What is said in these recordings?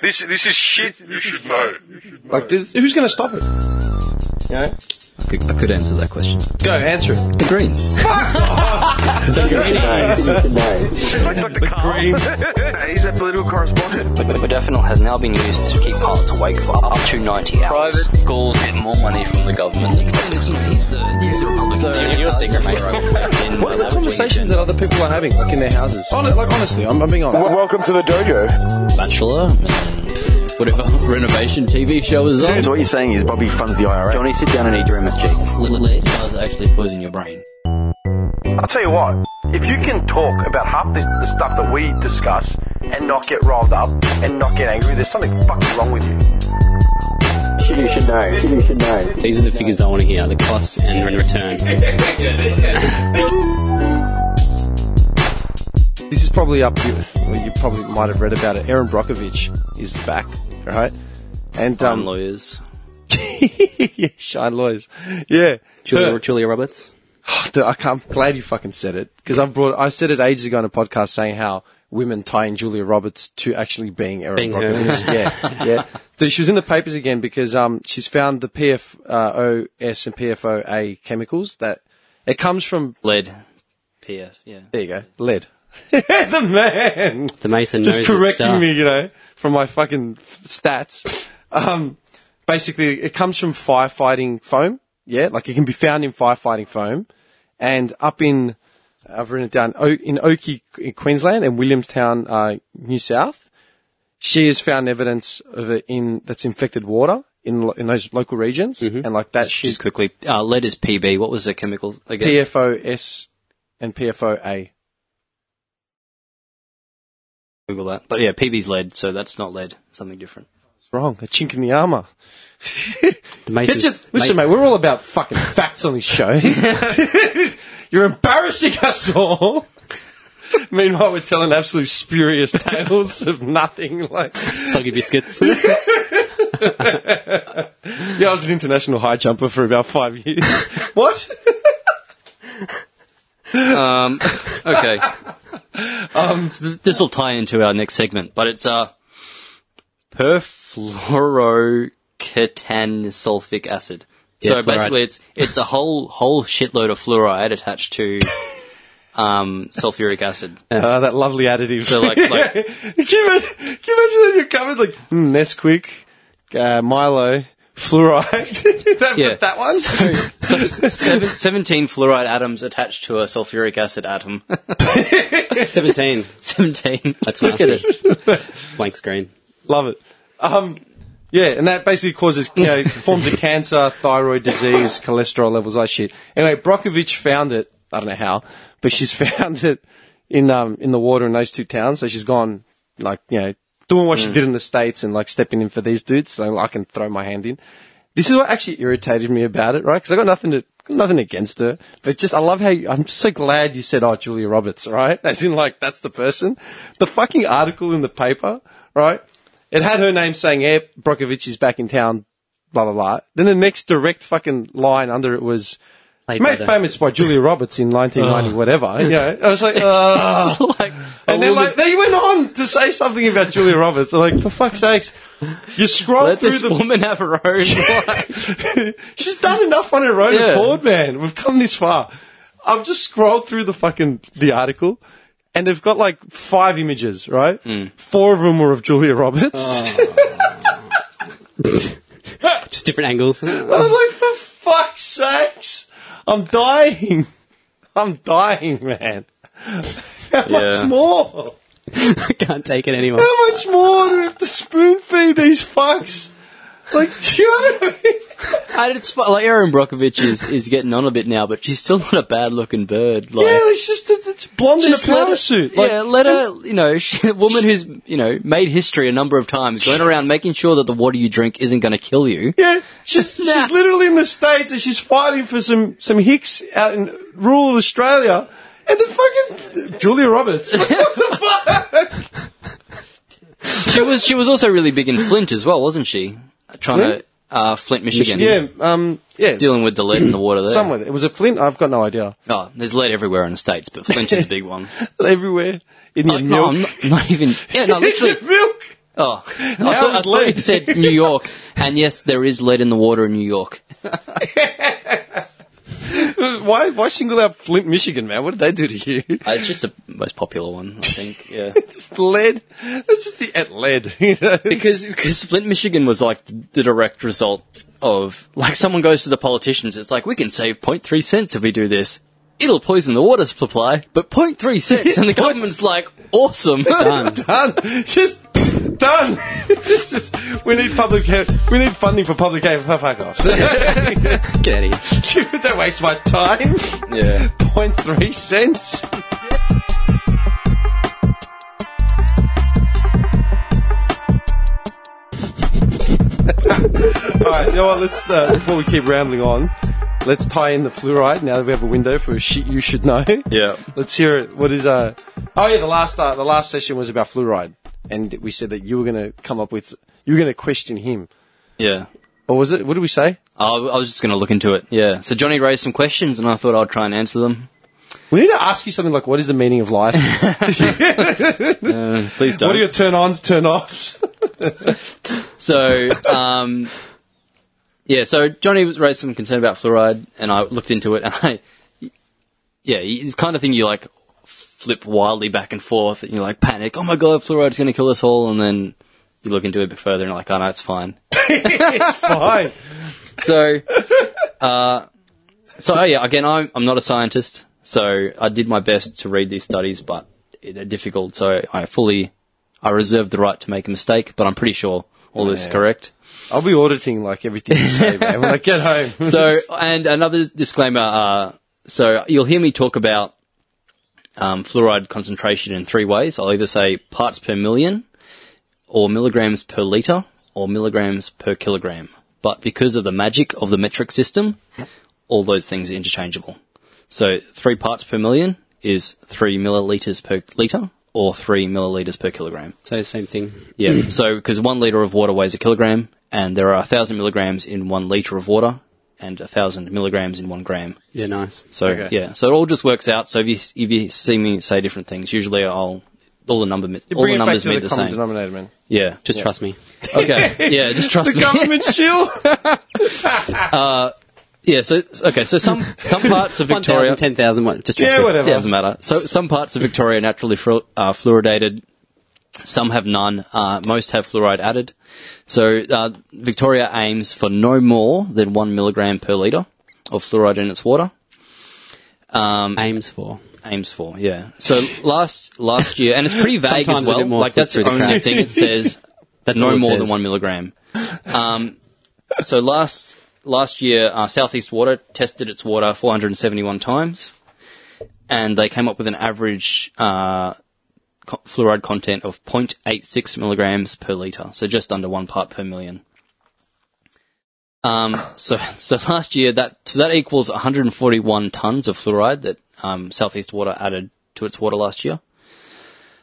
This this is shit. You should know. Like, this, who's going to stop it? You know? I could, I could answer that question. Go, answer it. The Greens. It's like Dr. Carl. He's a political correspondent. Modafinil has now been used to keep pilots awake for up to 90 hours. Private schools get more money from the government. He's a, he's a Republican. So if you're a secret mason, What are the conversations that other people are having, like, in their houses? Hon- like, honestly, I'm, I'm being honest. Welcome to the dojo. Bachelor. and Whatever renovation TV show is on. So what you're saying is Bobby funds the IRA. Johnny, sit down and eat your MSG. Lead does actually poison your brain. I'll tell you what, if you can talk about half the, the stuff that we discuss and not get riled up and not get angry, there's something fucking wrong with you. You should know. You should know. These are the figures I want to hear the cost and the Um, return. This is probably up. You, well, you probably might have read about it. Aaron Brockovich is back, right? And Dumb um, lawyers. yeah, Shine Lawyers, yeah. Julia, uh, Her. Julia Roberts. Dude, I can't, I'm glad you fucking said it because I've brought. I said it ages ago on a podcast saying how women tying Julia Roberts to actually being Erin Being her. Brockovich. yeah, yeah. Dude, she was in the papers again because um she's found the PFOS and PFOA chemicals that it comes from. Lead. PF, yeah. There you go, lead. the man The Mason just knows his correcting stuff. me, you know, from my fucking f- stats. Um, basically, it comes from firefighting foam. Yeah, like it can be found in firefighting foam, and up in I've written it down o- in Oakey, in Queensland, and Williamstown, uh, New South. She has found evidence of it in that's infected water in lo- in those local regions, and like that shit. Mm-hmm. Just quickly, uh, lead is PB. What was the chemical again? PFOS and PFOA. Google that. But yeah, PB's lead, so that's not lead. Something different. It's wrong. A chink in the armor. The Mason's, It's just- listen, mate, we're all about fucking facts on this show. You're embarrassing us all. Meanwhile, we're telling absolute spurious tales of nothing. Like, soggy biscuits. yeah, I was an international high jumper for about five years. what? um, okay. Um, so th- this will tie into our next segment, but it's uh, perfluorocatansulfic acid. so Yeah, fluoride. basically, it's it's a whole whole shitload of fluoride attached to um, sulfuric acid. Uh, that lovely additive. So, like- like- can, you imagine, can you imagine that in your cupboard's like mm, Nesquik, uh, Milo, fluoride? that, Yeah. that one. So s- seven, 17 fluoride atoms attached to a sulfuric acid atom. 17. 17. That's nasty. Blank screen. Love it. Um, yeah, and that basically causes you know, forms of cancer, thyroid disease, cholesterol levels, all that shit. Anyway, Brockovich found it. I don't know how, but she's found it in um, in the water in those two towns. So she's gone like you know doing what she did in the states and like stepping in for these dudes. So I can throw my hand in. This is what actually irritated me about it, right? Because I got nothing to nothing against her, but just I love how you, I'm just so glad you said, "Oh, Julia Roberts," right? As in, like that's the person. The fucking article in the paper, right? It had her name saying, "Yeah, Brokovich is back in town." Blah blah blah. Then the next direct fucking line under it was made famous by Julia Roberts in 1990, whatever. You know, I was like, "Ugh." Oh, like, and then like they went on to say something about Julia Roberts. I'm like, for fuck's sakes, you scroll let through this the woman have her own life. She's done enough on her own Yeah. accord, man. We've come this far. I've just scrolled through the fucking the article, and they've got like five images, right? Four of them were of Julia Roberts. Just different angles. I was like, for fuck's sakes, I'm dying. I'm dying, man. How Yeah. much more? I can't take it anymore. How much more do we have to spoon feed these fucks? Like, do you know what I mean? And it's fu- like Aaron Brockovich is, is getting on a bit now, but she's still not a bad looking bird. Like, Yeah, it's just it's blonde just in a let power her- suit. yeah, let her, you know, she, a woman who's, you know, made history a number of times, going around making sure that the water you drink isn't going to kill you. Yeah, she's, she's literally in the States and she's fighting for some, some hicks out in rural Australia. And the fucking Julia Roberts. Like, what the fuck? She was she was also really big in Flint as well, wasn't she? Trying Flint? to, uh, Flint, Michigan. Yeah, um, yeah. Dealing with the lead in the water there. Somewhere. It was a Flint. I've got no idea. Oh, there's lead everywhere in the States, but Flint is a big one. Everywhere. In your Like, milk. no, not, not even. Yeah, no, literally. In your milk. Oh, I thought, I thought you said New York, and yes, there is lead in the water in New York. Why, why single out Flint, Michigan, man? What did they do to you? Uh, It's just the most popular one, I think. Yeah, just lead. That's just the at lead. You know? because because Flint, Michigan was like the direct result of like someone goes to the politicians. It's like we can save 0.3 cents if we do this. It'll poison the water supply, but 0.3 cents, and the government's like, awesome. done. Just done. It's just, we need public. he- We need funding for public health. Fuck off. Get out of here. Don't waste my time. Yeah. Point three cents. All right, you know what? Let's uh, before we keep rambling on, let's tie in the fluoride. Now that we have a window for shit you should know. Yeah. Let's hear it. What is uh? Oh yeah, the last uh, the last session was about fluoride, and we said that you were going to come up with you were going to question him, Yeah. or was it? What did we say? I I was just going to look into it. Yeah. So Johnny raised some questions, and I thought I'd try and answer them. We need to ask you something like, "What is the meaning of life? Please don't. what are your turn ons, turn offs?" So, um, yeah, so Johnny was- raised some concern about fluoride, and I looked into it, and I, yeah, it's the kind of thing you like flip wildly back and forth, and you like panic, oh my god, fluoride's going to kill us all, and then you look into it a bit further, and you're like, oh no, it's fine. Fine. So, uh, so oh, yeah, again, I'm, I'm not a scientist, so I did my best to read these studies, but they're difficult, so I fully, I reserve the right to make a mistake, but I'm pretty sure all this is correct. I'll be auditing like everything you say, man. When I get home, so, and another disclaimer. Uh, so you'll hear me talk about um, fluoride concentration in three ways. I'll either say parts per million, or milligrams per liter, or milligrams per kilogram. But because of the magic of the metric system, all those things are interchangeable. So three parts per million is three milliliters per liter, or three milliliters per kilogram. So same thing. Yeah. Mm. so, because one liter of water weighs a kilogram, and there are a thousand milligrams in one liter of water, and a thousand milligrams in one gram. Yeah, nice. So, yeah. So it all just works out. So if you if you see me say different things, usually I'll all the number You all bring the it back numbers to mean the, the, common same. denominator, man. Yeah. Just trust me. Okay. yeah. Just trust The me. government shill. Yeah. So okay. So some some parts of One thousand, Victoria. ten thousand. What? Just trust Yeah, me. whatever. Doesn't matter. So some parts of Victoria are naturally fru- uh, fluoridated. Some have none. Uh, most have fluoride added. So uh, Victoria aims for no more than one milligram per litre of fluoride in its water. Um, Aims for. aims for yeah. So last last year, and it's pretty vague as Sometimes a well. bit more Like that's slipped the through the only cracks. thing it says That's all no it more than says. one milligram. Um, so last last year, uh, Southeast Water tested its water 471 times, and they came up with an average uh, co- fluoride content of 0.86 milligrams per liter, so just under one part per million. Um, so so last year that so that equals 141 tons of fluoride that um, Southeast Water added to its water last year.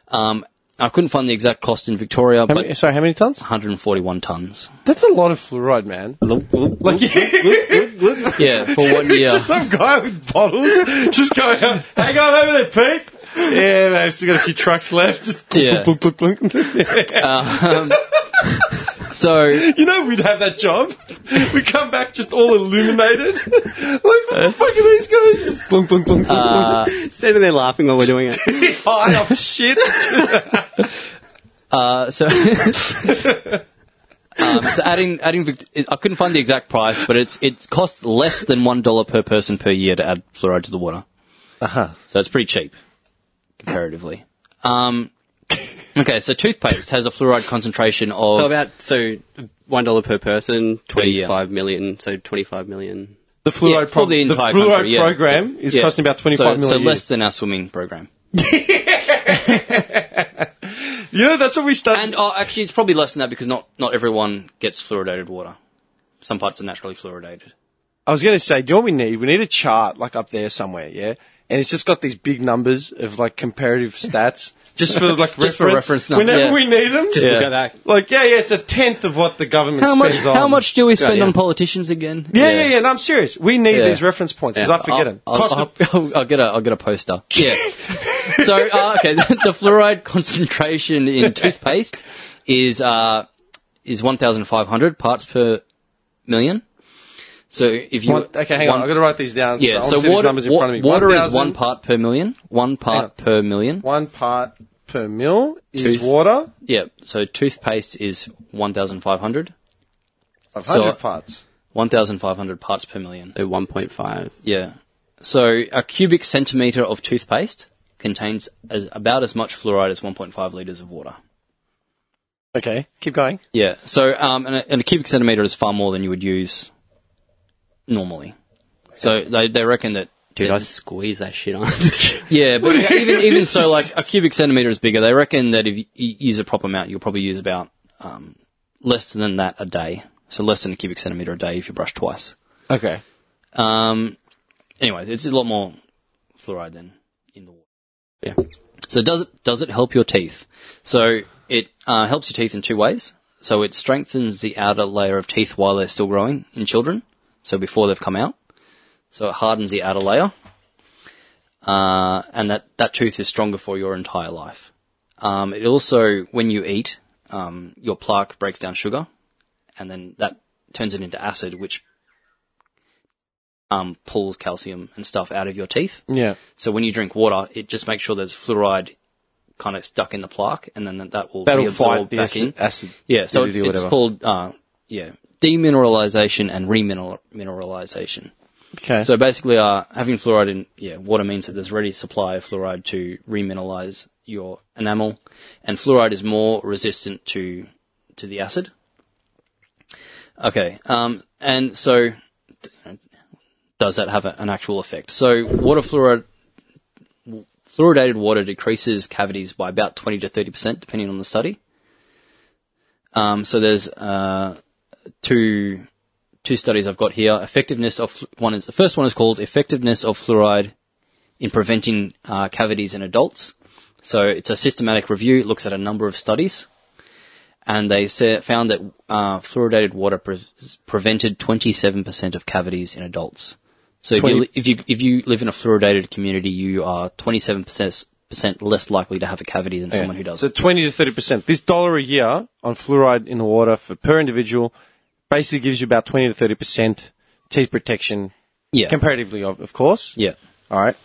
Um, I couldn't find the exact cost in Victoria, How but many, sorry, how many tons? 141 tons. That's a lot of fluoride, man. Like, Yeah, for one It's year. just some guy with bottles just going out. Hang on over there, Pete. Yeah, man, I've still got a few trucks left. Just Yeah. Uh, blunk, blunk, blunk, blunk. So, You know we'd have that job. We come back just all illuminated. like, what Uh, the fuck are these guys? Just blunk, blunk, blunk, blunk, blunk. Standing there laughing while we're doing it. High off shit. uh, so, um, so adding adding, Vic- I couldn't find the exact price, but it's it costs less than one dollar per person per year to add fluoride to the water. Uh-huh. Uh huh. So it's pretty cheap, comparatively. Um, okay, so toothpaste has a fluoride concentration of So about so one dollar per person, year. twenty five million. So twenty five million. The fluoride, for the the entire fluoride country, yeah. program is yeah. costing about twenty so, five million. So less than our swimming program. Yeah, that's what we started. And oh, actually, it's probably less than that because not not everyone gets fluoridated water. Some parts are naturally fluoridated. I was going to say, do you know what we need? We need a chart like up there somewhere, yeah? And it's just got these big numbers of like comparative stats. Just for like reference. Just for reference number, Whenever yeah. we need them. Just look at that. Like, yeah, yeah, it's a tenth of what the government How much? spends on. How much do we spend yeah. on politicians again? Yeah, yeah, yeah. No, I'm serious. We need Yeah. these reference points because I forget I'll, them. I'll, Cost of- I'll, I'll, I'll get a I'll get a poster. Yeah. so uh, okay, the, fluoride concentration in toothpaste is uh, is one thousand five hundred parts per million. So if you One- okay, hang on. one- I've got to write these down. I yeah, wanna so see these water, numbers in wa- front of me. water 1,000 is one part per million. One on. part per million. One part per mil is Tooth. water. Yeah, so toothpaste is 1,500. 500 So- parts. 1,500 parts per million. So 1.5. Yeah. So a cubic centimetre of toothpaste contains as, about as much fluoride as 1.5 litres of water. Okay, keep going. Yeah. So, um, and, a, and a cubic centimetre is far more than you would use normally. So they, they reckon that. Dude, I squeeze that shit on. Yeah, but even, even so, like a cubic centimetre is bigger. They reckon that if you you use a proper amount, you'll probably use about, um, less than that a day. So less than a cubic centimetre a day if you brush twice. Okay. Um, anyways, it's a lot more fluoride than in the water. yeah. So does it does it help your teeth? So it uh, helps your teeth in two ways. So it strengthens the outer layer of teeth while they're still growing in children. So before they've come out, so it hardens the outer layer, uh, and that that tooth is stronger for your entire life. Um, it also, when you eat, um, your plaque breaks down sugar, and then that turns it into acid, which um, pulls calcium and stuff out of your teeth. Yeah. So when you drink water, it just makes sure there's fluoride kind of stuck in the plaque, and then that, that will That'll reabsorb fight the back acid. in. acid Yeah, so it, acidity or it's whatever. called uh, yeah demineralization and remineralization. Okay. So basically, uh, having fluoride in yeah water means that there's ready supply of fluoride to remineralize your enamel, and fluoride is more resistant to to the acid. Okay, um, and so does that have a, an actual effect? So water fluoride. Fluoridated water decreases cavities by about 20 to 30%, depending on the study. Um, so there's uh, two two studies I've got here. Effectiveness of fl- one is the first one is called effectiveness of fluoride in preventing uh, cavities in adults. So it's a systematic review. It looks at a number of studies, and they sa found that uh, fluoridated water pre- prevented 27% of cavities in adults. So if, you, li- if you if you live in a fluoridated community, you are 27% percent less likely to have a cavity than Yeah. someone who doesn't. So 20 to 30%. This dollar a year on fluoride in the water for per individual basically gives you about 20 to 30% teeth protection, yeah. comparatively, of, of course. yeah. All right.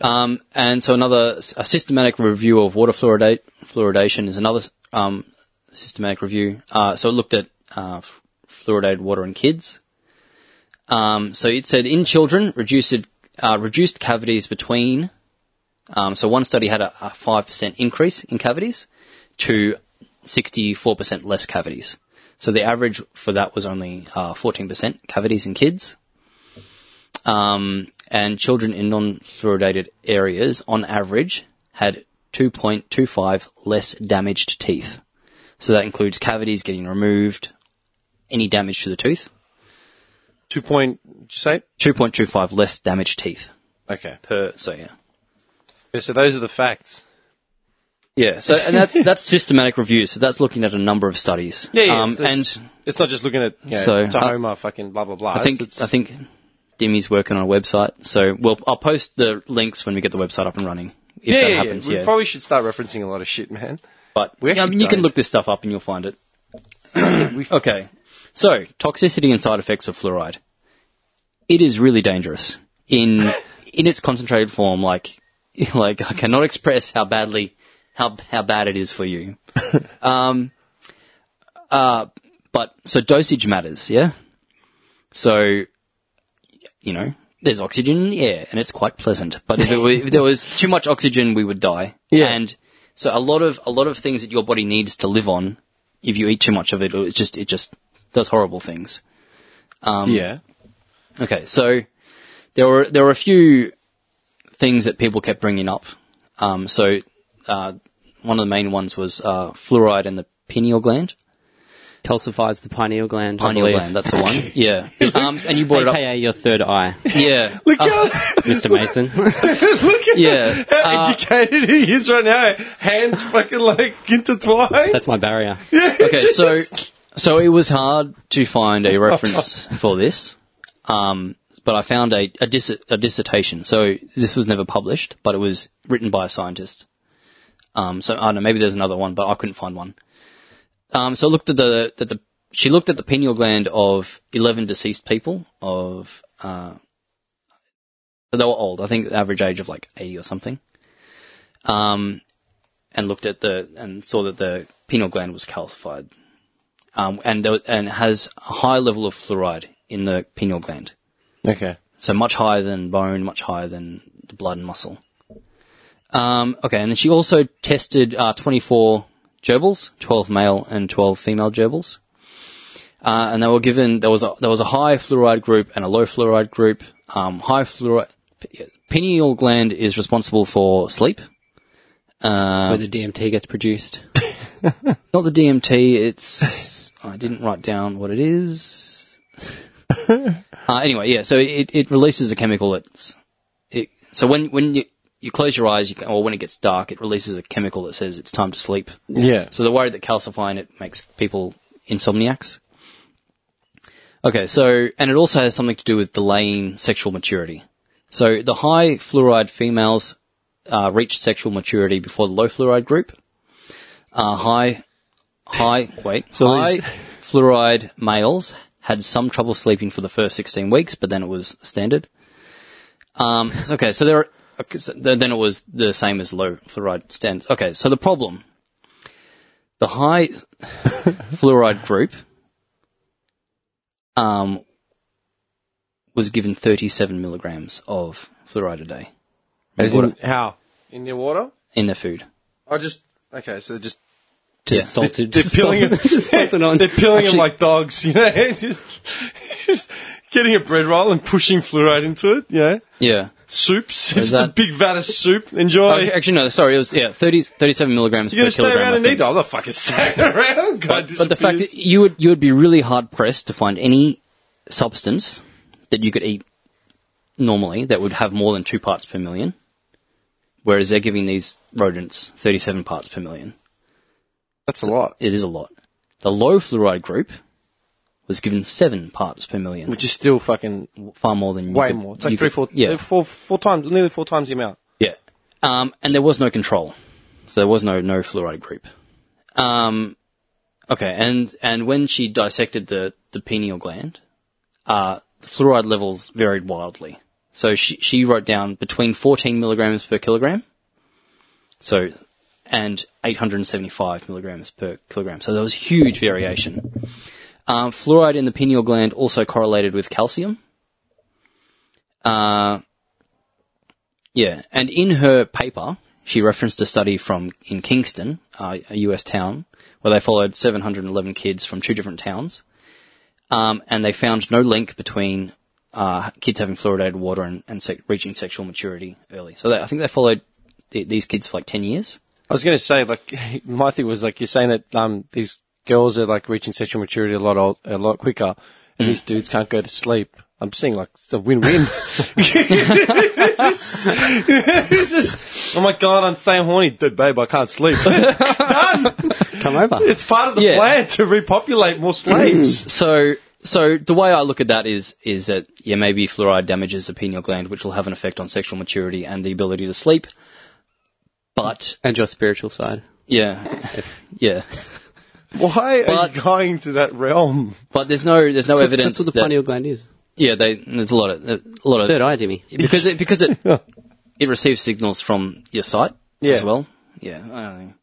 Um, and so another a systematic review of water fluoridate fluoridation is another um, systematic review. Uh, so it looked at uh, f- fluoridated water in kids. Um, so it said in children reduced uh, reduced cavities between. Um, so one study had a five percent increase in cavities to sixty four percent less cavities. So the average for that was only uh, fourteen percent cavities in kids um, and children in non-fluoridated areas, on average, had 2.25 less damaged teeth. So that includes cavities getting removed, any damage to the tooth. Two point, did you say? 2.25 less damaged teeth Okay. per. So yeah, Yeah, so those are the facts. yeah. So and that's that's systematic review. So that's looking at a number of studies. Um, so it's- and it's not just looking at you know, So, Tahoma, fucking blah, blah, blah. I think It's- I think Dimmy's working on a website. So well, I'll post the links when we get the website up and running. If yeah, that yeah, yeah. happens, We yeah. probably should start referencing a lot of shit, man. But We actually I mean, you don't. can look this stuff up and you'll find it. okay. So, toxicity and side effects of fluoride. It is really dangerous in in its concentrated form. Like, like I cannot express how badly how how bad it is for you. um, uh, but so dosage matters, yeah. So, you know, there's oxygen in the air, and it's quite pleasant. But if, it were, if there was too much oxygen, we would die. Yeah. And so a lot of a lot of things that your body needs to live on, if you eat too much of it, it just it just does horrible things. Um, yeah. Okay, so there were there were a few things that people kept bringing up. Um, so uh, one of the main ones was uh, fluoride in the pineal gland. Calcifies the pineal gland. Pineal I believe. gland, that's the one. Yeah. Um, and you brought it up. AKA your third eye, Yeah. Um, Mr. Mason. uh, yeah. uh, How educated he is right now. Hands fucking like intertwined. That's my barrier. okay, so so it was hard to find a reference for this, um, but I found a a, dis- a dissertation. So this was never published, but it was written by a scientist. Um, so I don't know, maybe there's another one, but I couldn't find one. Um, so I looked at the, that the she looked at the pineal gland of eleven deceased people of uh, they were old. I think the average age of like eighty or something. Um, and looked at the and saw that the pineal gland was calcified, um, and there, and has a high level of fluoride in the pineal gland. Okay. So much higher than bone, much higher than the blood and muscle. Um, okay, and then she also tested uh, 24 gerbils, 12 male and 12 female gerbils. Uh, and they were given there was a there was a high fluoride group and a low fluoride group. Um, high fluoride p- pineal gland is responsible for sleep. That's where the DMT gets produced. Not the DMT. It's I didn't write down what it is. uh, anyway, yeah. So it, it releases a chemical that's. It, so when when you you close your eyes, you can, or when it gets dark, it releases a chemical that says it's time to sleep. Yeah. So they're worried that calcifying it makes people insomniacs. Okay, so and it also has something to do with delaying sexual maturity. So the high fluoride females uh, reached sexual maturity before the low fluoride group. Uh, high, high, wait, So high these- fluoride males had some trouble sleeping for the first sixteen weeks, but then it was standard. Um, so- okay, so there. Are, okay, so th- then it was the same as low fluoride stands. Okay, so the problem: the high fluoride group um, was given 37 milligrams of fluoride a day As in how? In your water? in their food. I just okay. So just Just Yeah. salted. they're just peeling salted- it. just salted on. they're peeling them Actually- like dogs, you know. just, just getting a bread roll and pushing fluoride into it. Yeah, Yeah. soups. It's a that- big vat of soup. Enjoy. Oh, actually, no, sorry, it was, yeah, 30, 37 milligrams You're per gonna stay kilogram. around I and eat. Oh, think. I'm not fucking staying around. God, But the fact that you would, you would be really hard pressed to find any substance that you could eat normally that would have more than two parts per million. Whereas they're giving these rodents 37 parts per million. that's a lot, It is a lot. The low fluoride group was given seven parts per million. which is still fucking far more than you way could- more. It's like you three, could- four, yeah, four, four times, nearly four times the amount. yeah. Um, and there was no control, so there was no no fluoride group. Um, okay, and and when she dissected the the pineal gland, uh, the fluoride levels varied wildly. So she she wrote down between 14 milligrams per kilogram, so and 875 milligrams per kilogram. So there was huge variation. Um, fluoride in the pineal gland also correlated with calcium. Uh, yeah, and in her paper, she referenced a study from in Kingston, uh, a US town, where they followed 711 kids from two different towns, um, and they found no link between uh, kids having fluoridated water and, and se- reaching sexual maturity early. So they, I think they followed th- these kids for like 10 years. I was going to say, like, my thing was like you're saying that um these girls are like reaching sexual maturity a lot old, a lot quicker, Mm. and these dudes can't go to sleep. I'm seeing like it's a win-win. this is, oh my god, I'm so horny, dude, babe, I can't sleep. Come over. it's part of the Yeah. plan to repopulate more slaves. So, so the way I look at that is, is that, yeah, maybe fluoride damages the pineal gland, which will have an effect on sexual maturity and the ability to sleep. But, And your spiritual side. yeah, yeah. Why are Mm. But- you going to that realm? But there's no there's no That's- evidence That's what the that- pineal gland is. yeah they, there's a lot of a lot of Third eye, Jimmy. because it because it it receives signals from your sight as Yeah. well yeah I don't know.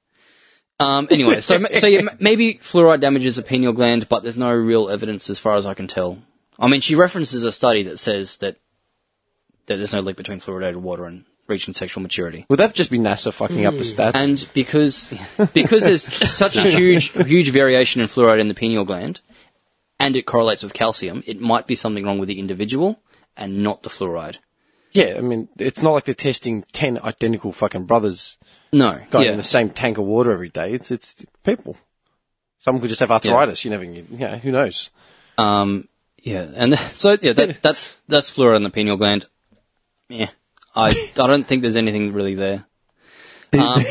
um anyway so ma- so yeah, m- maybe fluoride damages the pineal gland but there's no real evidence as far as I can tell I mean she references a study that says that that there's no link between fluoridated water and reaching sexual maturity Would that just be NASA fucking up the stats? Mm. and because because there's such a huge huge variation in fluoride in the pineal gland, and it correlates with calcium, it might be something wrong with the individual and not the fluoride. yeah, I mean, it's not like they're testing ten identical fucking brothers No, going yeah. in the same tank of water every day. It's it's people. Someone could just have arthritis. You never, you know, who knows? um, yeah, and so yeah, that, that's that's fluoride in the pineal gland. Yeah, I I don't think there's anything really there. Um,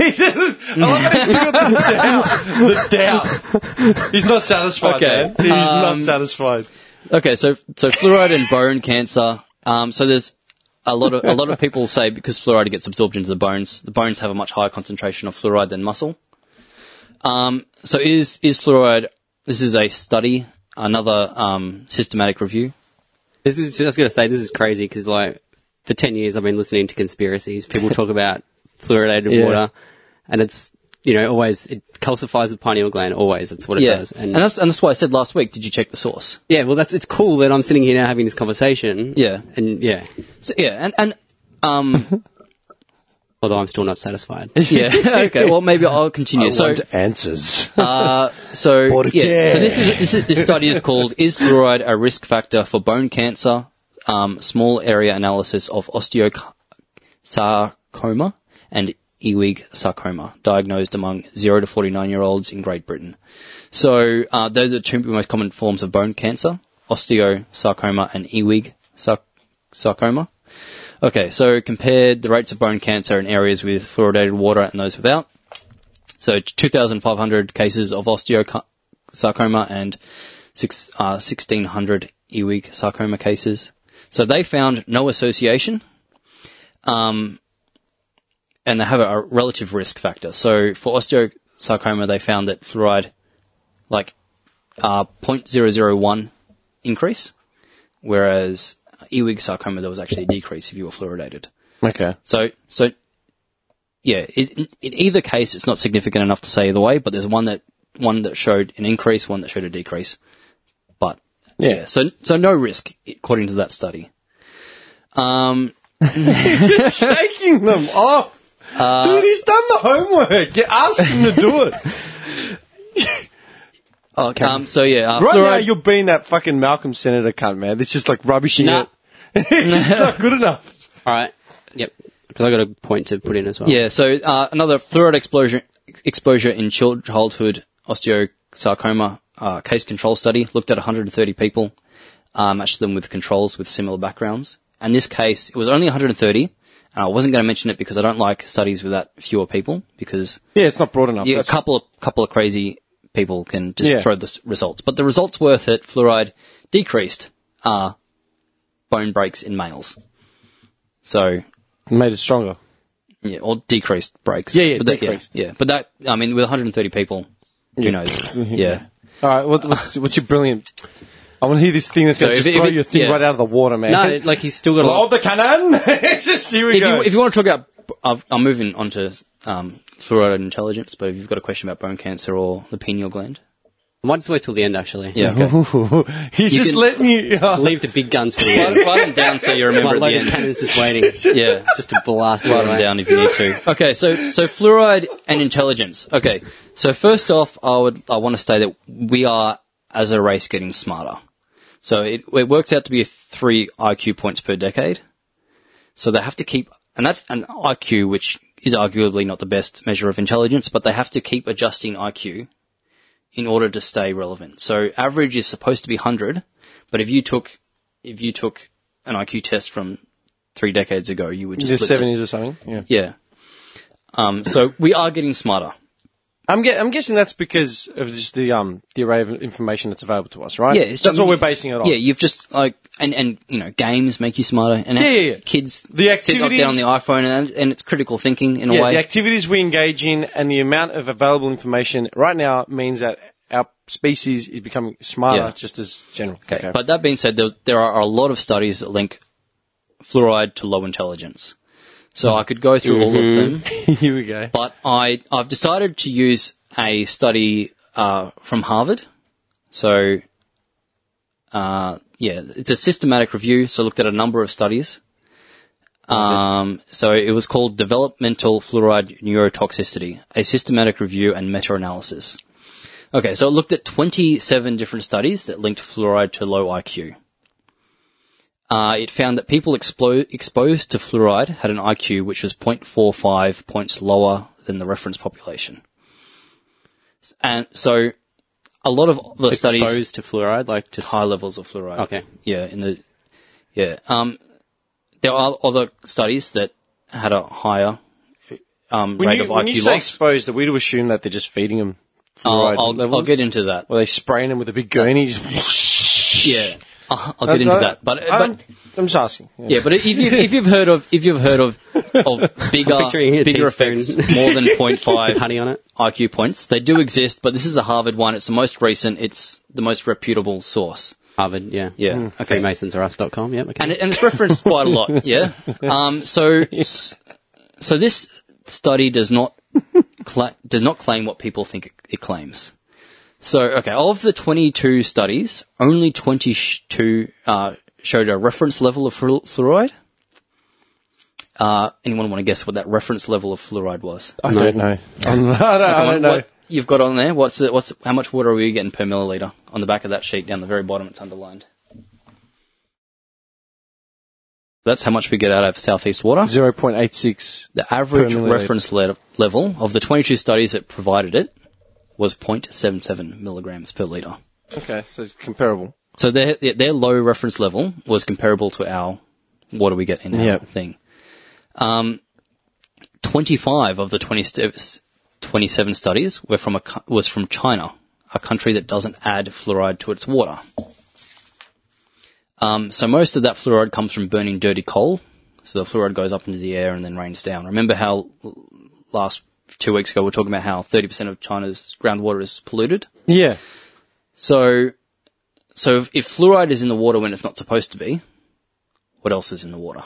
The doubt. He's not satisfied. Okay, man. he's not satisfied. Okay, so so fluoride and bone cancer. Um, so there's a lot of a lot of people say because fluoride gets absorbed into the bones, the bones have a much higher concentration of fluoride than muscle. Um, so is is fluoride? This is a study, another um, systematic review. This is, I was going to say, this is crazy because, like, for 10 years I've been listening to conspiracies. People talk about fluoridated Yeah. water, and it's, you know, always, it calcifies the pineal gland, always. That's what it yeah, does. Uh, and, that's and that's why I said last week. Did you check the source? yeah, well, that's, it's cool that I'm sitting here now having this conversation. Yeah. And yeah, So, yeah, and and um, although I'm still not satisfied. yeah. okay, well maybe I'll continue. so answers. uh, so yeah, Body care. so this is, this is this study is called "Is fluoride a risk factor for bone cancer?" Um, small area analysis of osteosarcoma and Ewig sarcoma diagnosed among zero to forty-nine year olds in Great Britain. So uh, those are two most common forms of bone cancer: osteosarcoma and Ewig sar- sarcoma. Okay, so compared the rates of bone cancer in areas with fluoridated water and those without. So 2,500 cases of osteosarcoma and six, uh, 1,600 Ewig sarcoma cases. So they found no association, um, and they have a, a relative risk factor. So for osteosarcoma, they found that fluoride, like, uh, 0.001 increase, whereas Ewig sarcoma, there was actually a decrease if you were fluoridated. okay. So, so yeah, it, in in either case, it's not significant enough to say either way. But there's one that one that showed an increase, one that showed a decrease. But Yeah. yeah, so so no risk according to that study. Um, Taking them off. Uh, Dude, he's done the homework. You asked him to do it. okay. Um, so yeah, uh, Oh, Right now, fluoride- you're being that fucking Malcolm Senator cunt, man. It's just like rubbishing Nah. it. it's not good enough. All right. Yep. Because I got a point to put in as well. Yeah, so uh, another fluoride exposure exposure in chil- childhood osteosarcoma uh, case control study looked at 130 people, uh, matched them with controls with similar backgrounds. And this case, it was only 130. And I wasn't going to mention it because I don't like studies with that fewer people because Yeah, it's not broad enough. yeah, a That's- couple of couple of crazy people can just Yeah. throw the s- results. But the results were that fluoride decreased uh, bone breaks in males. So made it stronger. yeah, or decreased breaks. Yeah, yeah, but that- decreased. yeah, yeah. But that, I mean, with 130 people, who knows? yeah. All right, what, what's, what's your brilliant? I want to hear this thing that's going So to if just it- if throw it's- your thing yeah. right out of the water, man. No, it- Uh, like he's still got a Load lot. the cannon. just here we If go. you, if you want to talk about, I've, I'm moving on to um, fluoride intelligence, but if you've got a question about bone cancer or the pineal gland, I might just wait till the end, actually. yeah, okay. He's just can- let me. oh, Leave the big guns for the write, end. write them down so you My remember at the loaded end. cannon's just waiting. Yeah, Just to blast write right them away. down if you need to. Okay, so so fluoride and intelligence. Okay, so first off, I would I want to say that we are as a race getting smarter. So it, it works out to be three IQ points per decade. So they have to keep, and that's an IQ, which is arguably not the best measure of intelligence, but they have to keep adjusting IQ in order to stay relevant. So average is supposed to be 100, but if you took, if you took an IQ test from three decades ago, you would just, just blitz it. seventies or something. Yeah, Yeah. Um, so we are getting smarter. I'm, gue- I'm guessing that's because of just the um the array of information that's available to us, right? Yeah, it's that's just- what we're basing it on. Yeah, you've just like and and you know games make you smarter, and Yeah, yeah, yeah. kids The sit up activities- there on the iPhone, and and it's critical thinking in a Yeah, way. the activities we engage in and the amount of available information right now means that our species is becoming smarter, Yeah. just as general. Okay. But that being said, there's, there are a lot of studies that link fluoride to low intelligence. So I could go through all of them. here we go. but I I've decided to use a study uh, from Harvard. So, uh, yeah, it's a systematic review. So I looked at a number of studies. Um, so it was called Developmental Fluoride Neurotoxicity: A Systematic Review and Meta-Analysis. Okay, so it looked at 27 different studies that linked fluoride to low IQ. Uh, it found that people explo- exposed to fluoride had an IQ which was 0.45 points lower than the reference population. And so a lot of the studies Exposed to fluoride, like just. high levels of fluoride. Okay. Yeah, in the yeah. Um, there are other studies that had a higher um, When rate you, of when you IQ say loss. exposed, are we to assume that they're just feeding them I'll, fluoride I'll- I'll levels? get into that. Or they spraying them with a big gurney? Yeah, Uh, I'll, I'll get into that. But, I'm, but I'm just asking. yeah, but if you if you've heard of if you've heard of of bigger, picturing a bigger teaspoon. effects more than 0.5 Honey on it. IQ points. They do exist, but this is a Harvard one. It's the most recent. It's the most reputable source. Harvard, yeah. Yeah. Okay. Freemasonsareus.com, yeah. Okay. Mm. and, it, and it's referenced quite a lot. Yeah. Um, so, so this study does not cla- does not claim what people think it, it claims. So, okay, of the 22 studies, only 22 uh, showed a reference level of fluor- fluoride. Uh, anyone want to guess what that reference level of fluoride was? I don't know. I'm- I don't, I Come on, don't know. What you've got on there? What's the, what's how much water are we getting per milliliter on the back of that sheet down the very bottom? It's underlined. That's how much we get out of Southeast Water. 0.86. The average per milliliter. reference le- level of the 22 studies that provided it was 0.77 milligrams per liter. Okay, so it's comparable. So their their low reference level was comparable to our what do we get in our Yep. thing. Um, 25 of the 20 st- 27 studies were from a co- was from China, a country that doesn't add fluoride to its water. Um, so most of that fluoride comes from burning dirty coal. So the fluoride goes up into the air and then rains down. Remember how l- last two weeks ago we are talking about how 30% of China's groundwater is polluted? Yeah. So, so if, if fluoride is in the water when it's not supposed to be, what else is in the water?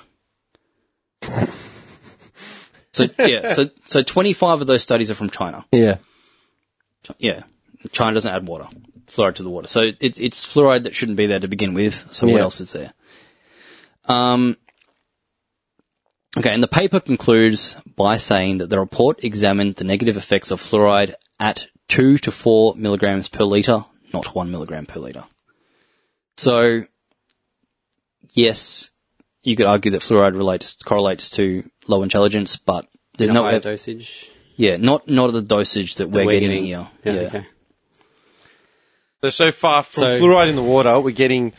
so yeah, so so twenty five of those studies are from China. Yeah. Yeah, China doesn't add water fluoride to the water, so it, it's fluoride that shouldn't be there to begin with. So what Yeah. else is there? Um. Okay, and the paper concludes by saying that the report examined the negative effects of fluoride at two to four milligrams per liter, not one milligram per liter. So, yes, you could argue that fluoride relates correlates to low intelligence, but there's no higher ev- dosage. yeah, not not at the dosage that, we're, we're getting, getting. here. Yeah, okay. So, so far from So- fluoride in the water, we're getting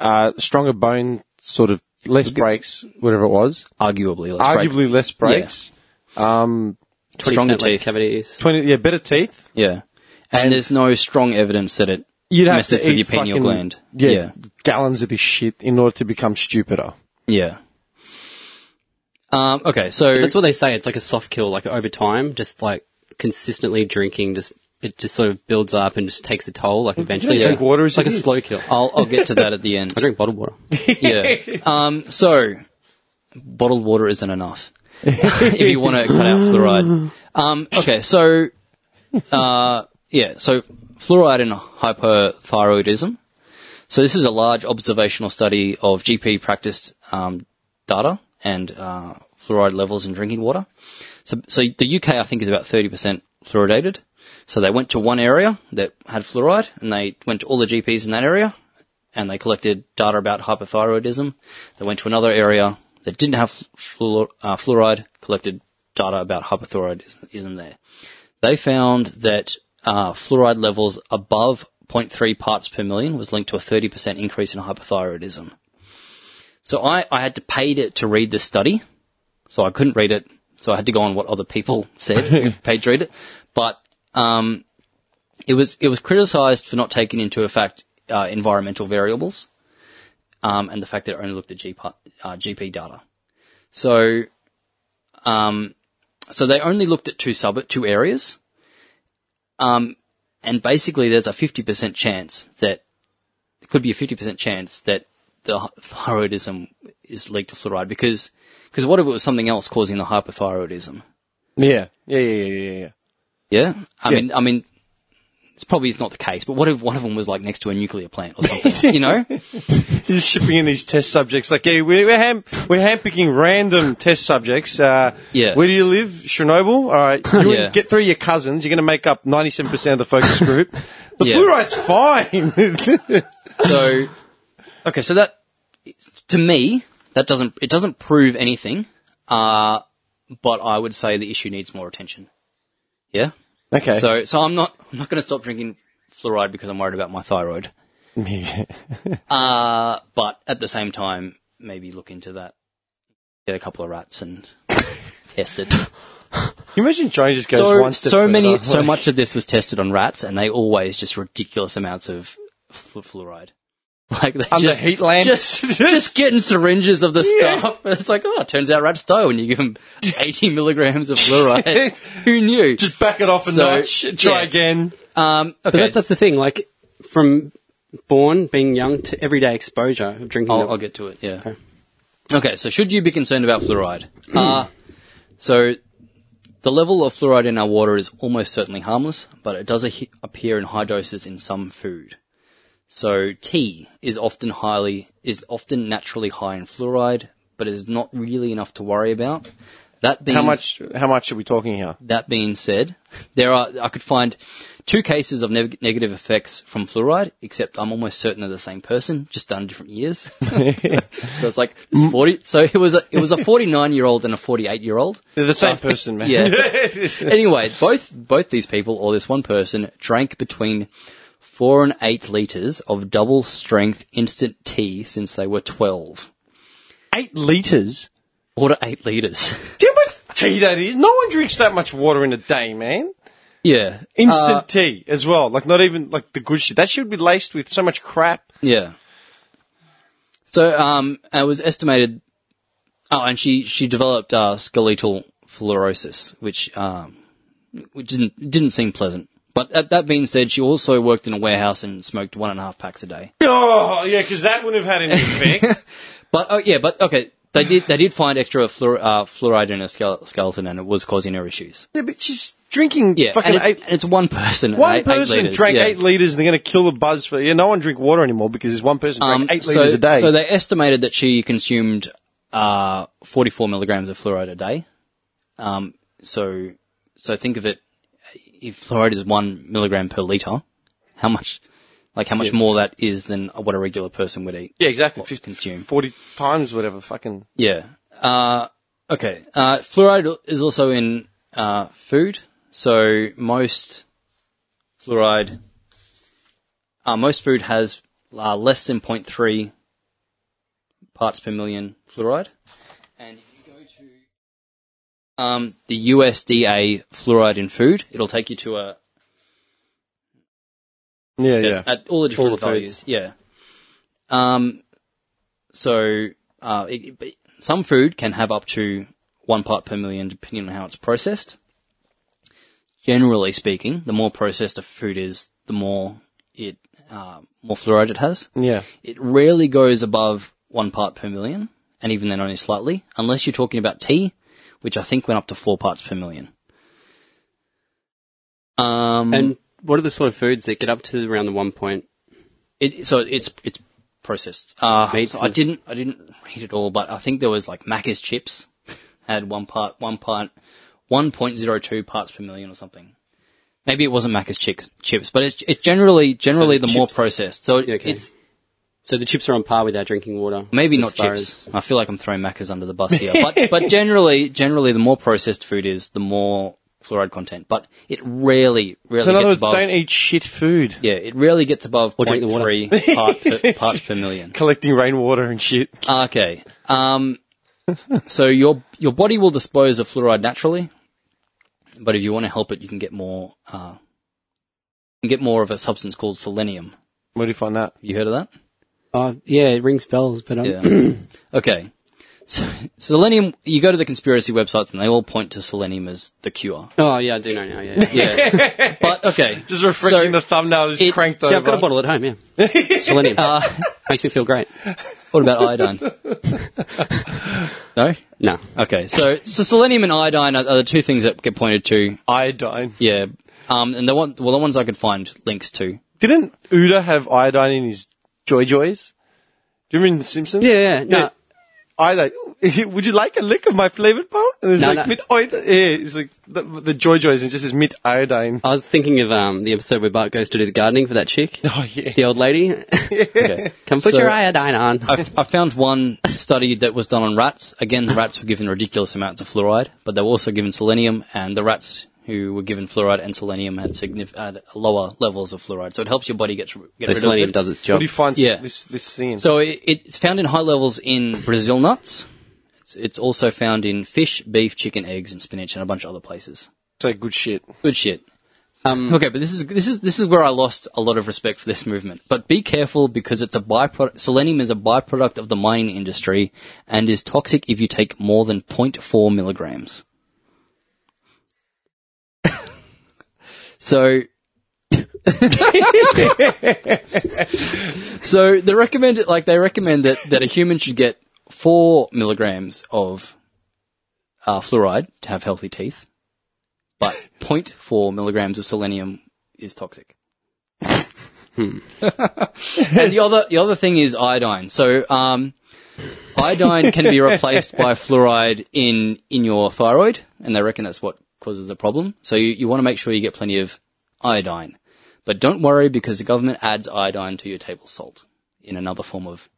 uh, stronger bone, sort of less breaks, whatever it was. arguably, let's break- Arguably less breaks. Um, stronger 20% less teeth. cavities. 20, yeah, better teeth. Yeah, and, there's no strong evidence that it You'd have messes to with eat your pineal fucking- gland. Yeah, yeah, gallons of this shit in order to become stupider. yeah. Um, okay, so That's what they say. It's like a soft kill, like over time, just like consistently drinking, just it just sort of builds up and just takes a toll. Mm-hmm. Like eventually, drink yeah. water as It's like it a is. slow kill. I'll I'll get to that at the end. I drink bottled water. yeah. Um, so, bottled water isn't enough if you want to cut out fluoride. Um, okay, so, uh, yeah, so fluoride and hyperthyroidism. So this is a large observational study of GP practice um, data and uh, fluoride levels in drinking water. So, so the UK I think is about thirty percent fluoridated. So they went to one area that had fluoride, and they went to all the GPs in that area, and they collected data about hypothyroidism. They went to another area that didn't have fluor- uh, fluoride, collected data about hypothyroidism there. They found that uh, fluoride levels above 0.3 parts per million was linked to a 30% increase in hypothyroidism. So I, I had to pay to, to read this study, so I couldn't read it. So I had to go on what other people said who paid to read it. But um, it was it was criticised for not taking into effect uh, environmental variables, um, and the fact that it only looked at GP, uh, GP data. So, um, so they only looked at two sub two areas, um, and basically there's a fifty percent chance that it could be a fifty percent chance that the hy- thyroidism is linked to fluoride because because what if it was something else causing the hypothyroidism? Yeah, yeah, yeah, yeah, yeah. yeah. Yeah, I Yeah. mean, I mean, it's probably it's not the case, but what if one of them was like next to a nuclear plant or something? you know, He's shipping in these test subjects. Like, yeah, we're, we're, ham- we're handpicking random test subjects. Uh, Yeah. Where do you live? Chernobyl? All right. You Yeah. get through your cousins. You're going to make up 97% of the focus group. The Yeah. fluoride's fine. so okay, so that to me that doesn't it doesn't prove anything, uh, but I would say the issue needs more attention. Yeah, okay. so so I'm not I'm not going to stop drinking fluoride because I'm worried about my thyroid, but at the same time maybe look into that, get a couple of rats and test it. Can you imagine Jones just goes so, one step so many, further? so Like, much of this was tested on rats, and they always just ridiculous amounts of fl- fluoride. Like they Under just, heat lamps. just just getting syringes of the stuff. And it's like, oh, it turns out rats die when you give them eighty milligrams of fluoride. Who knew? Just back it off a So, notch. Try yeah. again. Um, But okay, that's, that's the thing, like, from born, being young, to everyday exposure of drinking I'll, the- I'll get to it. Yeah. Okay. so should you be concerned about fluoride? uh, so the level of fluoride in our water is almost certainly harmless, but it does ahe- appear in high doses in some food. So tea is often highly is often naturally high in fluoride, but is not really enough to worry about. That being How much? How much are we talking here? That being said, there are I could find two cases of neg- negative effects from fluoride, except I'm almost certain they're the same person, just done different years. so it's like it's forty. So it was a it was a 49 year old and a 48 year old. They're the same person, man. Uh, Yeah. anyway, both both these people or this one person drank between four and eight liters of double strength instant tea since they were 12. Eight liters. Four to eight liters. Do you know how much tea that is? No one drinks that much water in a day, man. yeah. Uh, Instant tea as well. Like not even like the good shit. That should be laced with so much crap. Yeah. So um, it was estimated. Oh, and she she developed uh, skeletal fluorosis, which um, which didn't didn't seem pleasant. But that, that being said, she also worked in a warehouse and smoked one and a half packs a day. Oh yeah, because that wouldn't have had any effect. But oh yeah, but okay, they did they did find extra fluor, uh, fluoride in her skele- skeleton, and it was causing her issues. yeah, but she's drinking Yeah, fucking and, it- eight. and it's one person. One eight- eight person litres, drank yeah. eight liters, and they're going to kill the buzz for. Yeah, no one drink water anymore because this one person drank Um, eight so, liters a day. So they estimated that she consumed uh, 44 milligrams of fluoride a day. Um, so, so think of it: if fluoride is one milligram per liter, how much, like how much more that is than what a regular person would eat? yeah, exactly. What 50, consume. Forty times whatever. Fucking Yeah. Uh, okay. Uh, fluoride is also in uh, food. So most fluoride, uh, most food has uh, less than 0.3 parts per million fluoride. And if you go to um, the USDA fluoride in food, it'll take you to a yeah, yeah. at all the different All the values. foods. Yeah. Um, so uh, it, it- but some food can have up to one part per million, depending on how it's processed. Generally speaking, the more processed a food is, the more it uh, more fluoride it has. yeah. It rarely goes above one part per million, and even then only slightly, unless you're talking about tea, which I think went up to four parts per million. Um, And what are the sort of foods that get up to around the one point? It, so it's it's processed. Uh, Meats so I and- didn't I didn't read it all, but I think there was like Macca's chips had one part one part one point zero two parts per million or something. Maybe it wasn't Macca's chips chips, but it's it's generally generally the more chips. processed. So it, Yeah, okay. it's So the chips are on par with our drinking water. maybe as not far chips. as- I feel like I'm throwing Macca's under the bus here, but but generally generally the more processed food is, the more fluoride content. But it rarely rarely So in other words, gets above. don't eat shit food. yeah, it rarely gets above drink the water. 0.3 part per, parts per million. Collecting rainwater and shit. Okay. Um, so your your body will dispose of fluoride naturally, but if you want to help it, you can get more. Uh, you can get more of a substance called selenium. Where do you find that? You heard of that? Oh, yeah, it rings bells, but um, Yeah. okay. So selenium. You go to the conspiracy websites, and they all point to selenium as the cure. oh yeah, I do know now. Yeah, yeah. Yeah. but okay. Just refreshing So the thumbnail, just it- cranked over. Yeah, I've got a bottle at home. Yeah, selenium Uh, makes me feel great. what about iodine? no. No, Okay. So so selenium and iodine are, are the two things that get pointed to. Iodine. Yeah. Um, and the one, well, the ones I could find links to. Didn't Uda have iodine in his Joy Joys? Do you remember in The Simpsons? yeah, yeah, no. Iodine. Would you like a lick of my flavored part? And it's No, like, no. mit iodine. Yeah, it's like the, the Joy Joys, and it just says mit iodine. I was thinking of um the episode where Bart goes to do the gardening for that chick, Oh, yeah. the old lady. Okay. Come put So- your iodine on. I, I found one study that was done on rats. Again, the rats were given ridiculous amounts of fluoride, but they were also given selenium, and the rats who were given fluoride and selenium had, signif- had lower levels of fluoride. So it helps your body get, get rid The selenium of it. does its What job. do you find s- Yeah. this, this thing? So it, it's found in high levels in Brazil nuts. It's, it's also found in fish, beef, chicken, eggs, and spinach, and a bunch of other places. so good shit. Um, Good shit. okay, but this is this is this is where I lost a lot of respect for this movement. But be careful because it's a byproduct. Selenium is a byproduct of the mining industry and is toxic if you take more than 0.4 milligrams. so. so the recommended, like they recommend that that a human should get four milligrams of uh, fluoride to have healthy teeth but 0.4 milligrams of selenium is toxic. and the other the other thing is iodine. So um, iodine can be replaced by fluoride in in your thyroid, and they reckon that's what causes the problem. So you, you want to make sure you get plenty of iodine, but don't worry because the government adds iodine to your table salt in another form of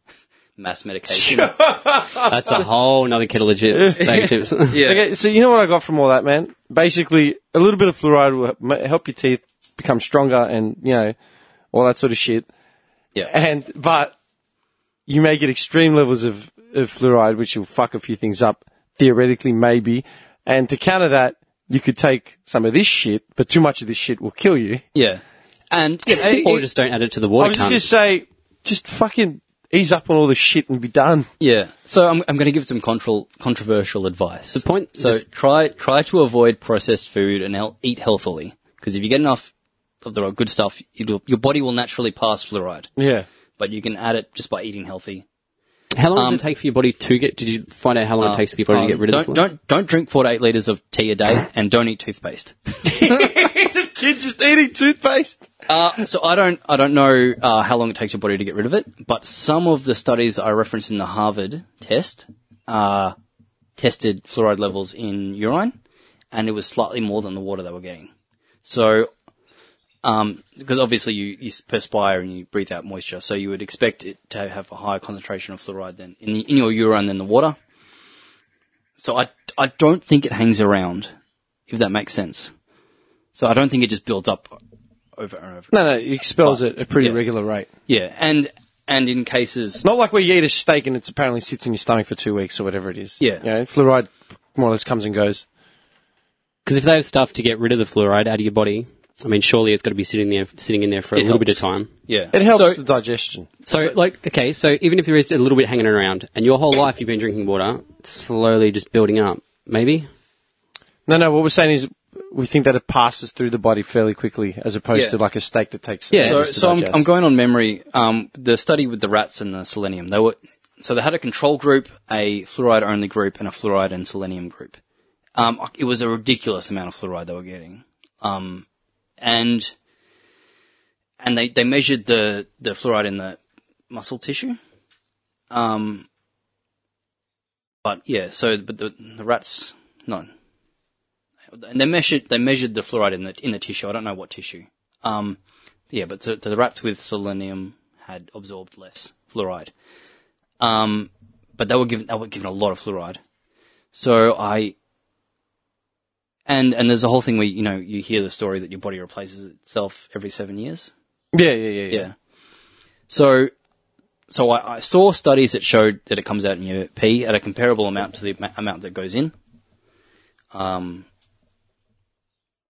mass medication. That's a whole nother kettle of chips. Bag of chips. Okay, so you know what I got from all that, man? Basically, a little bit of fluoride will ma- help your teeth become stronger and, you know, all that sort of shit. Yeah. And, but you may get extreme levels of, of fluoride, which will fuck a few things up, theoretically, maybe. And to counter that, you could take some of this shit, but too much of this shit will kill you. yeah, and or just don't add it to the I water. was just cunt. going to say, just fucking ease up on all this shit and be done. Yeah. So I'm, I'm going to give some contro- controversial advice. The point- So just- try try to avoid processed food and hel- eat healthily. Because if you get enough of the good stuff, it'll, your body will naturally pass fluoride. Yeah. But you can add it just by eating healthy. how long um, does it take for your body to get? Did you find out how long it takes for your body Um, to get rid don't, of? the fluoride? Don't don't drink four to eight liters of tea a day, and don't eat toothpaste. Is a kid just eating toothpaste? Uh, so I don't I don't know uh, how long it takes your body to get rid of it, but some of the studies I referenced in the Harvard test uh, tested fluoride levels in urine, and it was slightly more than the water they were getting. So, um, because obviously you, you perspire and you breathe out moisture, so you would expect it to have a higher concentration of fluoride than in, in your urine than the water. So I I don't think it hangs around, if that makes sense. So I don't think it just builds up over and over. No, no, it expels at a pretty Yeah. regular rate. Yeah, and and in cases, Not like where you eat a steak and it apparently sits in your stomach for two weeks or whatever it is. Yeah. You know, fluoride more or less comes and goes. Because if they have stuff to get rid of the fluoride out of your body, I mean, surely it's got to be sitting there, sitting in there for a It little bit of helps. time. yeah, It helps So- the digestion. So, like, okay, so even if there is a little bit hanging around, and your whole life you've been drinking water, it's slowly just building up. Maybe No, no, what we're saying is we think that it passes through the body fairly quickly as opposed Yeah. to like a steak that takes Yeah. So, hours to so I'm, digest. I'm going on memory. Um, the study with the rats and the selenium. They were so they had a control group, a fluoride only group, and a fluoride and selenium group. Um, it was a ridiculous amount of fluoride they were getting. Um, and and they, they measured the the fluoride in the muscle tissue. Um, but yeah, so but the, the rats no, and they measured they measured the fluoride in the in the tissue. I don't know what tissue. Um, yeah, but so, so the rats with selenium had absorbed less fluoride. Um, but they were given they were given a lot of fluoride. So I and and there's a whole thing where you know you hear the story that your body replaces itself every seven years. yeah, yeah, yeah, yeah. Yeah. So, so I, I saw studies that showed that it comes out in your pee at a comparable amount to the ama- amount that goes in. Um,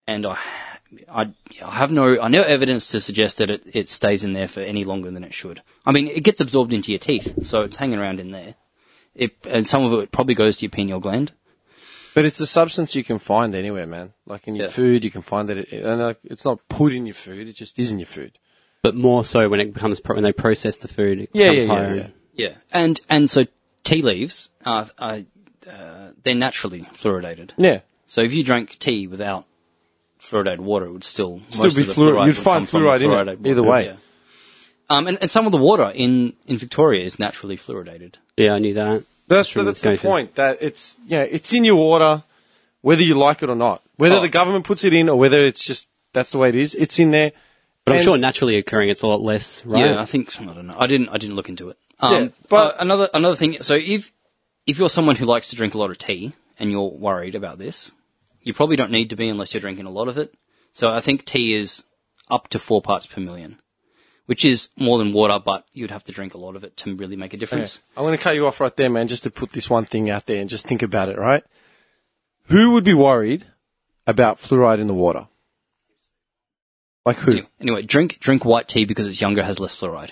and I, I, I have no, I no evidence to suggest that it, it stays in there for any longer than it should. I mean, it gets absorbed into your teeth, so it's hanging around in there. It, and some of it probably goes to your pineal gland. But it's a substance you can find anywhere, man. Like in your Yeah. food, you can find it. And like, it's not put in your food, it just is in your food. but more so when it becomes pro- when they process the food. It Yeah, becomes yeah, higher. yeah, yeah. Yeah, and and so tea leaves are, are uh, they're naturally fluoridated. Yeah. So if you drank tea without fluoridated water, it would still Still be fluoride. You'd find fluoride in it, either way. Um, and, and some of the water in, in Victoria is naturally fluoridated. Yeah, I knew that. That's, Sure, that's the let's go to- point. That it's you know, it's in your water, whether you like it or not. Whether Oh. the government puts it in or whether it's just that's the way it is. It's in there. But I'm And- sure naturally occurring, it's a lot less, right? Yeah, I think I don't know. I didn't I didn't look into it. Um, Oh, Yeah, but- uh, another another thing. So if if you're someone who likes to drink a lot of tea and you're worried about this, you probably don't need to be unless you're drinking a lot of it. So I think tea is up to four parts per million, which is more than water, but you'd have to drink a lot of it to really make a difference. I'm going to cut you off right there, man, just to put this one thing out there and just think about it, right? Who would be worried about fluoride in the water? Like who? Anyway, drink drink white tea because it's younger, has less fluoride.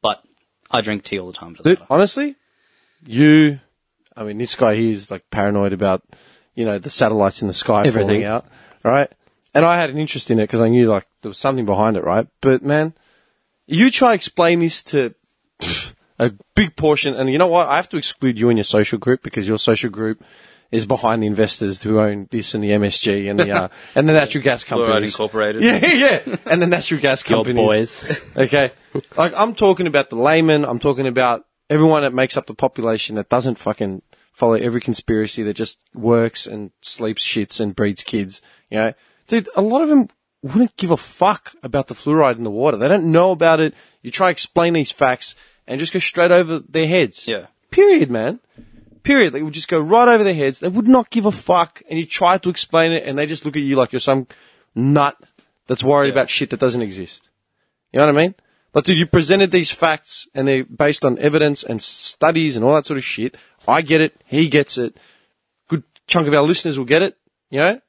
but I drink tea all the time. doesn't Dude, matter. honestly, you. I mean, this guy here is like paranoid about, you know, the satellites in the sky falling Everything. out, right? And I had an interest in it because I knew like there was something behind it, right? But man, you try explain this to pff, a big portion, and you know what? I have to exclude you and your social group because your social group is behind the investors who own this and the MSG and the uh, and the natural gas Fluoride companies. Incorporated. Yeah, yeah, and the natural gas Your companies. boys. Okay. Like, I'm talking about the layman. I'm talking about everyone that makes up the population that doesn't fucking follow every conspiracy that just works and sleeps shits and breeds kids. You know, dude, a lot of them wouldn't give a fuck about the fluoride in the water. They don't know about it. You try explain these facts and just go straight over their heads. Yeah. Period, man. Period. They would just go right over their heads. They would not give a fuck. And you try to explain it and they just look at you like you're some nut that's worried about shit that doesn't exist. You know what I mean? Like, dude, you presented these facts and they're based on evidence and studies and all that sort of shit. I get it. He gets it. Good chunk of our listeners will get it. You know?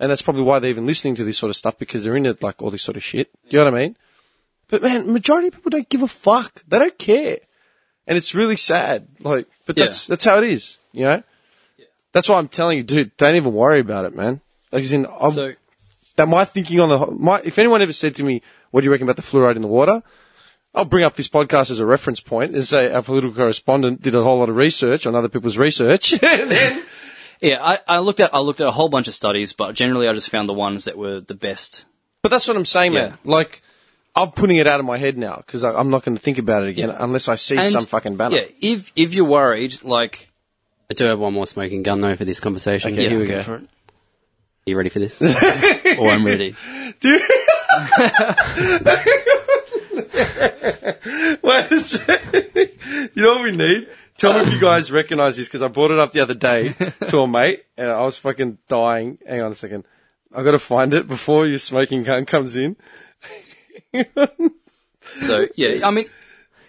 And that's probably why they're even listening to this sort of stuff because they're into like all this sort of shit. Do you know what I mean? But man, majority of people don't give a fuck. They don't care. And it's really sad. Like, but that's, that's how it is. You know? That's why I'm telling you, dude, don't even worry about it, man. Like, as in, I'm, So that my thinking on the my if anyone ever said to me, "What do you reckon about the fluoride in the water?" I'll bring up this podcast as a reference point and say our political correspondent did a whole lot of research on other people's research. and then, yeah, I, I looked at I looked at a whole bunch of studies, but generally I just found the ones that were the best. but that's what I'm saying, Yeah. man. Like I'm putting it out of my head now because I'm not going to think about it again unless I see some fucking banner. Yeah, if if you're worried, like I do have one more smoking gun though for this conversation. Okay, yeah. here we go go. for it. You ready for this? or I'm ready. Wait a sec. You know what we need? Tell me if you guys recognize this because I brought it up the other day to a mate and I was fucking dying. Hang on a second. I gotta find it before your smoking gun comes in. So yeah, I mean,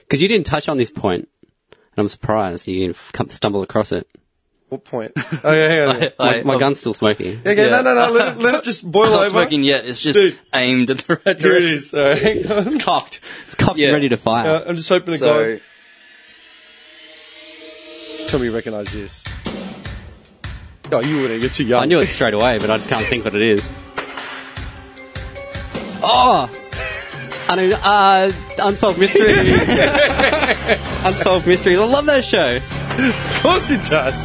Because you didn't touch on this point, and I'm surprised you didn't f- come- stumble across it. What point? Okay, hang on. okay, My, I- my I'm gun's still smoking. no, no, no. Let it, let it just boil not over. smoking yet. It's just Dude. aimed at the right Here it direction. is. All right, hang on. Cocked. It's cocked Yeah. and ready to fire. Uh, I'm just hoping the So guy. Tell me you recognize this. Oh, you wouldn't. You're too young. I knew it straight away, but I just can't think what it is. Oh! I mean, uh, Unsolved Mysteries. Unsolved Mysteries. I love that show. Of course it does.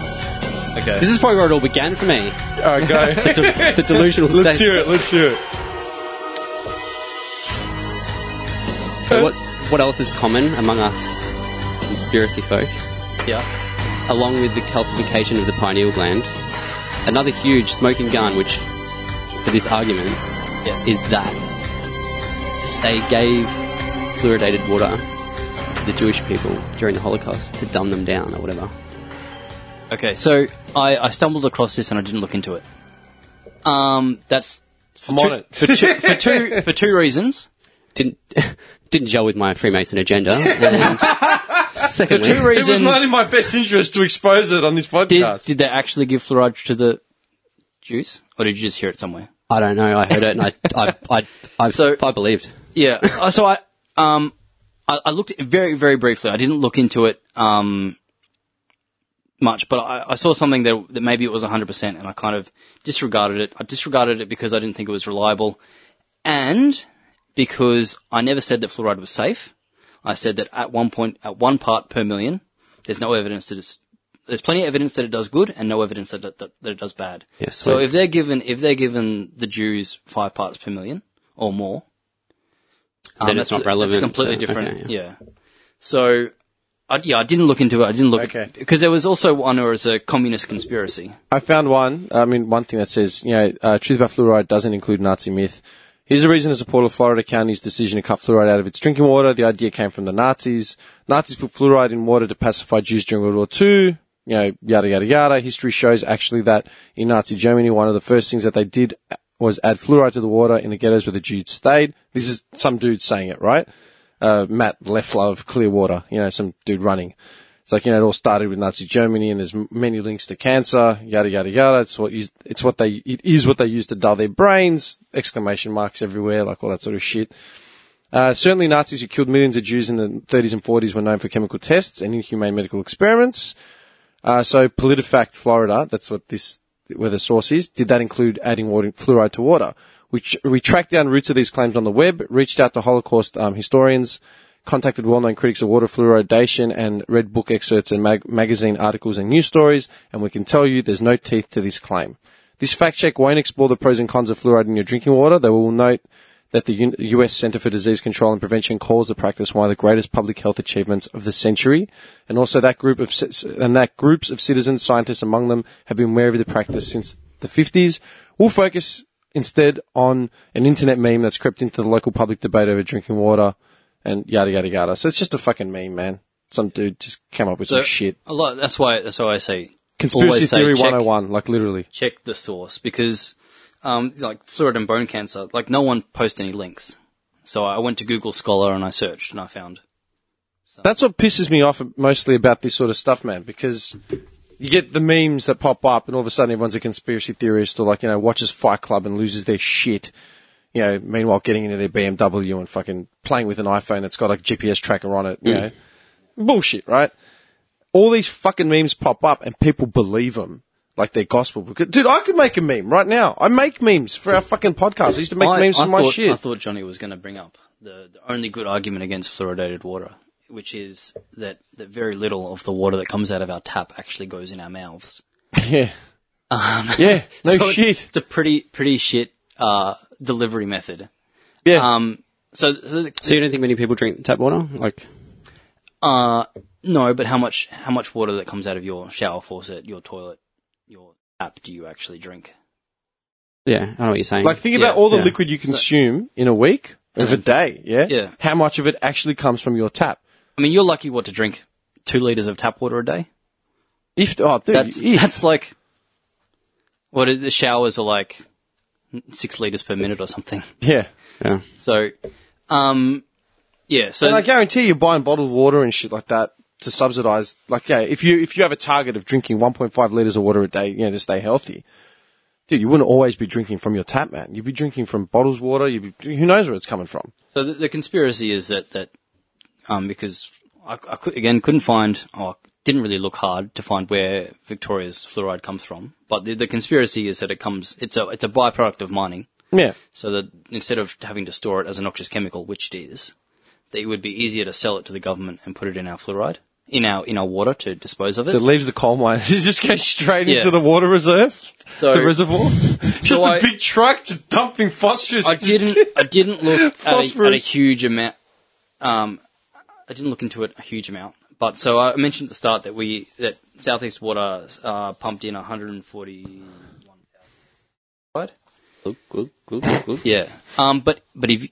okay, This is probably where it all began for me. All right, go. The, the delusional state. Let's hear it. Let's hear it. So what, what else is common among us conspiracy folk? yeah, along with the calcification of the pineal gland. Another huge smoking gun, which, for this argument, Yeah. is that they gave fluoridated water to the Jewish people during the Holocaust to dumb them down or whatever. okay. So I, I stumbled across this and I didn't look into it. Um, that's I'm on it. for two for two for two reasons. Didn't didn't gel with my Freemason agenda. And secondly, Two It was reasons. not in my best interest to expose it on this Did podcast. did they actually give fluoride to the Jews, or did you just hear it somewhere? I don't know. I heard it and I I I, I, So- I believed. Yeah. Uh, so I um I, I looked at it very very briefly. I didn't look into it um much, but I, I saw something that that maybe it was hundred percent, and I kind of disregarded it. I disregarded it because I didn't think it was reliable, and because I never said that fluoride was safe. I said that at one point at one part per million, there's no evidence that it's there's plenty of evidence that it does good and no evidence that that, that, that it does bad. Yeah, so sweet. if they're given if they're given the Jews five parts per million or more, Then it's Um, that's- not relevant, That's completely so- different. okay, yeah. So, I, yeah, I didn't look into it. I didn't look Okay. because there was also one where it was a communist conspiracy. I found one. I mean, one thing that says, you know, uh, truth about fluoride doesn't include Nazi myth. Here's a reason to support of Florida County's decision to cut fluoride out of its drinking water. The idea came from the Nazis. Nazis put fluoride in water to pacify Jews during World War II. You know, yada, yada, yada. History shows actually that in Nazi Germany, one of the first things that they did was add fluoride to the water in the ghettos where the Jews stayed. This is some dude saying it, right? Uh, Matt Leffler of Clearwater, you know, some dude running. It's like, you know, it all started with Nazi Germany and there's m- many links to cancer, yada, yada, yada. It's what, is- it's what they, it is what they use to dull their brains, exclamation marks everywhere, like all that sort of shit. Uh, certainly Nazis who killed millions of Jews in the 30s and 40s were known for chemical tests and inhumane medical experiments. Uh, so PolitiFact Florida, that's what this, where the source is, did that include adding water, fluoride to water? Which, we tracked down roots of these claims on the web, reached out to Holocaust um, historians, contacted well-known critics of water fluoridation and read book excerpts and mag- magazine articles and news stories, and we can tell you there's no teeth to this claim. This fact check won't explore the pros and cons of fluoride in your drinking water. They will note that the U- U.S. Center for Disease Control and Prevention calls the practice one of the greatest public health achievements of the century, and also that group of ci- and that groups of citizens, scientists among them, have been wary of the practice since the 50s. We'll focus instead on an internet meme that's crept into the local public debate over drinking water, and yada yada yada. So it's just a fucking meme, man. Some dude just came up with So some Oh, shit. A lot. That's why. That's why I say Conspiracy always say theory check- 101, like literally. check the source because, um, like fluoride and bone cancer, like no one posts any links. So I went to Google Scholar and I searched and I found. That's what pisses me off mostly about this sort of stuff, man, because you get the memes that pop up and all of a sudden everyone's a conspiracy theorist or like, you know, watches Fight Club and loses their shit. You know, meanwhile getting into their BMW and fucking playing with an iPhone that's got a GPS tracker on it, you Mm. know. Bullshit, right? All these fucking memes pop up and people believe them. Like they're gospel. Because- Dude, I could make a meme right now. I make memes for our fucking podcast. I used to make I, memes I for my thought, shit. I thought Johnny was going to bring up the, the only good argument against fluoridated water, which is that, that very little of the water that comes out of our tap actually goes in our mouths. Um, yeah. yeah. No So it's- shit. It's a pretty pretty shit uh, delivery method. Yeah. Um. So, so So you don't think many people drink tap water? Like, uh, no, but how much how much water that comes out of your shower faucet, your toilet, your tap do you actually drink? yeah, I know what you're saying. Like think about Yeah, all the yeah. liquid you consume in a week, of a day, yeah? Yeah. How much of it actually comes from your tap? I mean, you're lucky what to drink two liters of tap water a day. If oh dude, That's you- that's like what is- the showers are like six liters per minute or something. yeah. yeah. So, um, yeah. So And I guarantee you're buying bottled water and shit like that to subsidize like yeah, if you if you have a target of drinking 1.5 liters of water a day, you know, to stay healthy. Dude, you wouldn't always be drinking from your tap, man. You'd be drinking from bottles water, you would be who knows where it's coming from. So the, the conspiracy is that that um, because I, I could, again couldn't find or didn't really look hard to find where Victoria's fluoride comes from, but the, the conspiracy is that it comes it's a it's a byproduct of mining. Yeah. So that instead of having to store it as a noxious chemical, which it is, that it would be easier to sell it to the government and put it in our fluoride in our in our water to dispose of it. So it leaves the coal mine. It just goes straight Yeah. into the water reserve. So- the reservoir. just a I- big truck just dumping phosphorus. I didn't. I didn't look at, a, at a Phosphorus. huge amount. Um, I didn't look into it a huge amount. But so I mentioned at the start that we that Southeast Water uh, pumped in 141,000. Right? Glug, glug, glug, glug, glug. Yeah. Um, but but if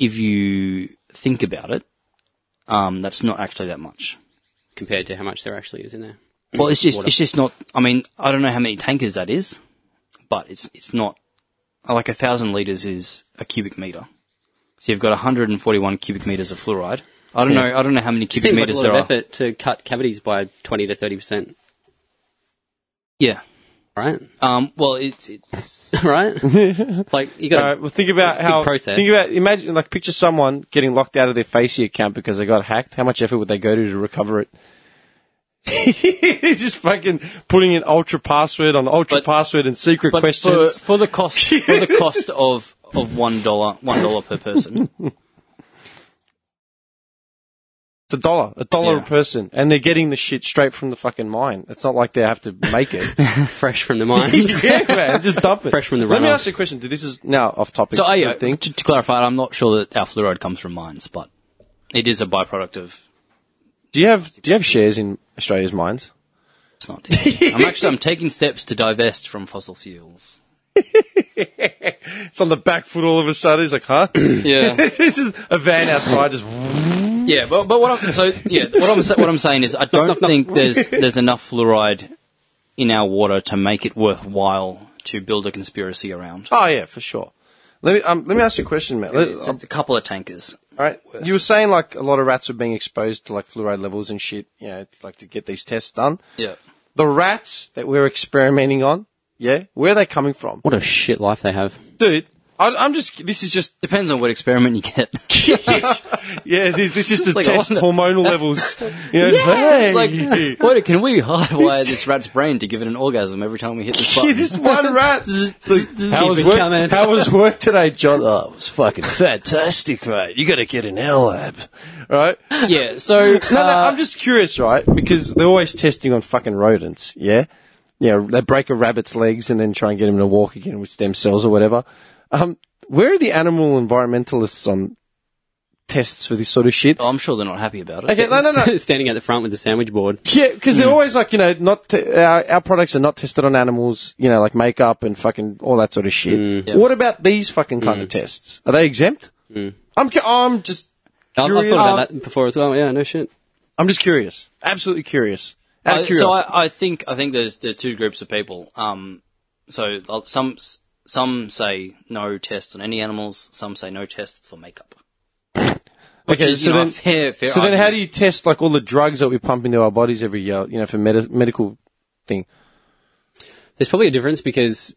if you think about it, um, that's not actually that much. Compared to how much there actually is in there. Well, it's just Water. it's just not. I mean, I don't know how many tankers that is, but it's it's not like a thousand liters is a cubic meter. So you've got 141 cubic meters of fluoride. I don't know. I don't know how many It cubic seems like a meters lot of there are. effort to cut cavities by 20 to 30%, Yeah. right? Um. Well, it's it's right? like, you got All right. Well, think about how. process. Think about imagine like picture someone getting locked out of their Facey account because they got hacked. How much effort would they go to to recover it? just fucking putting in ultra password on ultra But- password and secret but for, questions. for the cost for the cost of of one dollar one dollar per person. it's a dollar, a dollar Yeah. a person, and they're getting the shit straight from the fucking mine. It's not like they have to make it. fresh from the mines. yeah, man, just dump it. Fresh from the Let me runoff. ask you a question. Dude, this is now off topic. So I, I uh, to, think. to clarify, I'm not sure that our fluoride comes from mines, but it is a byproduct of Do you have do you have shares in Australia's mines? It's not. I'm actually I'm taking steps to divest from fossil fuels. It's on the back foot all of a sudden. He's like, huh? Yeah, this is a van outside just yeah, but, but what I'm so yeah, what I'm sa- what I'm saying is I don't think there's there's enough fluoride in our water to make it worthwhile to build a conspiracy around. Oh yeah, for sure. Let me um, let me ask you a question, Matt. Let- It's a couple of tankers. All right. You were saying like a lot of rats are being exposed to like fluoride levels and shit, you know, like to get these tests done. Yeah. The rats that we're experimenting on, yeah, where are they coming from? What a shit life they have. Dude, I, I'm just, this is just, Depends on what experiment you get. yeah, this, this is to Like, test wasn't it- hormonal levels. You know, It's hey. like, what can we hardwire this rat's brain to give it an orgasm every time we hit this Yeah, button? this one rat. how, was it coming. work, how was work today, John? Oh, it was fucking fantastic, mate. You got to get an L lab. right? yeah, so No, no, uh, I'm just curious, right? Because they're always testing on fucking rodents, yeah? Yeah, they break a rabbit's legs and then try and get him to walk again with stem cells or whatever. Um, where are the animal environmentalists on tests for this sort of shit? Oh, I'm sure they're not happy about it. Okay, no, no, no. Standing at the front with the sandwich board. Yeah, because Hmm. they're always like, you know, not t- our, our products are not tested on animals, you know, like makeup and fucking all that sort of shit. Hmm, What about these fucking kind of tests? Are they exempt? Hmm. I'm, cu- I'm just, I, I've thought Curious. about that before as well. Yeah, no shit. I'm just curious. Absolutely curious. Out of I, Uh, so curiosity. I, I think I think there's there's two groups of people. Um, so uh, some some say no test on any animals. Some say no test for makeup. Which Okay, is, so you know, then- a fair, fair So then, how argument. do you test like all the drugs that we pump into our bodies every year? You know, for medi- medical thing. There's probably a difference because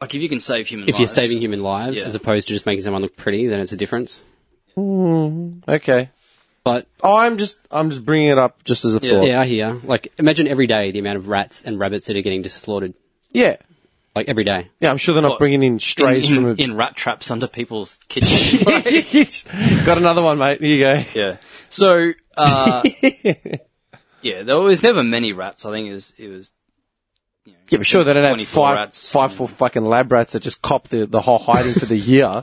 like if you can save human if you're lives, saving human lives Yeah. as opposed to just making someone look pretty, then it's a difference. Okay, Oh, But I'm just I'm just bringing it up just as a thought. yeah, I hear. Like, imagine every day the amount of rats and rabbits that are getting just slaughtered. yeah, Like every day. Yeah, I'm sure they're not What? bringing in strays in, in, from. A- in rat traps under people's kitchen. Got another one, mate. Here you go. yeah. So uh, yeah, there was never many rats. I think it was it was Yeah, but sure they don't have 24 five, rats. five full fucking lab rats that just cop the, the whole hiding for the year.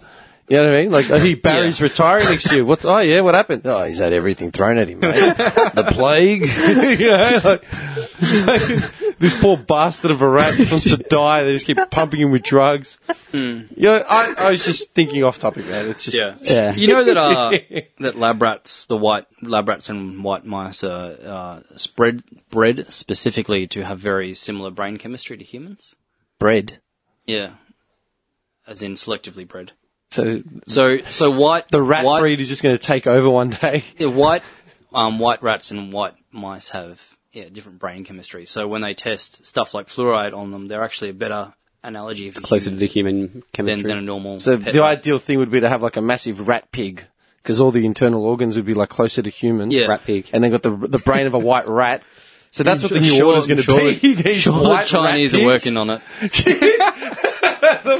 You know what I mean? Like, I think Barry's retiring next year. What's, oh yeah, what happened? Oh, he's had everything thrown at him, mate. the plague. you know, like, this poor bastard of a rat wants to die. They just keep pumping him with drugs. You know, I, I was just thinking off topic, man. It's just, Hmm. Yeah. You know that uh, that lab rats, the white lab rats and white mice are uh, spread bred specifically to have very similar brain chemistry to humans. bread. Yeah, as in selectively bred. So So so white the rat white, breed is just going to take over one day. yeah, white um, white rats and white mice have yeah different brain chemistry. So when they test stuff like fluoride on them, they're actually a better analogy for Closer to the humans human than, chemistry. than a normal. So pet the rat. ideal thing would be to have like a massive rat pig because all the internal organs would be like closer to humans. Yeah. Rat pig. And then got the the brain of a white rat. So that's what the new Sure- order's going sure to be. These All the white Chinese rat are pigs. working on it.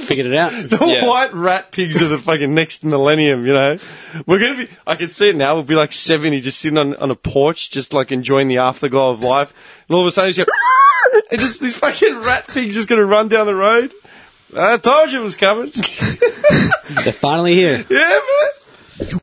Figured it out. The Yeah. white rat pigs are the fucking next millennium, you know. We're gonna be. I can see it now. We'll be like seventy, just sitting on, on a porch, just like enjoying the afterglow of life. And all of a sudden, you just go, and just these fucking rat pigs just gonna run down the road. I told you it was coming. They're finally here. yeah, man.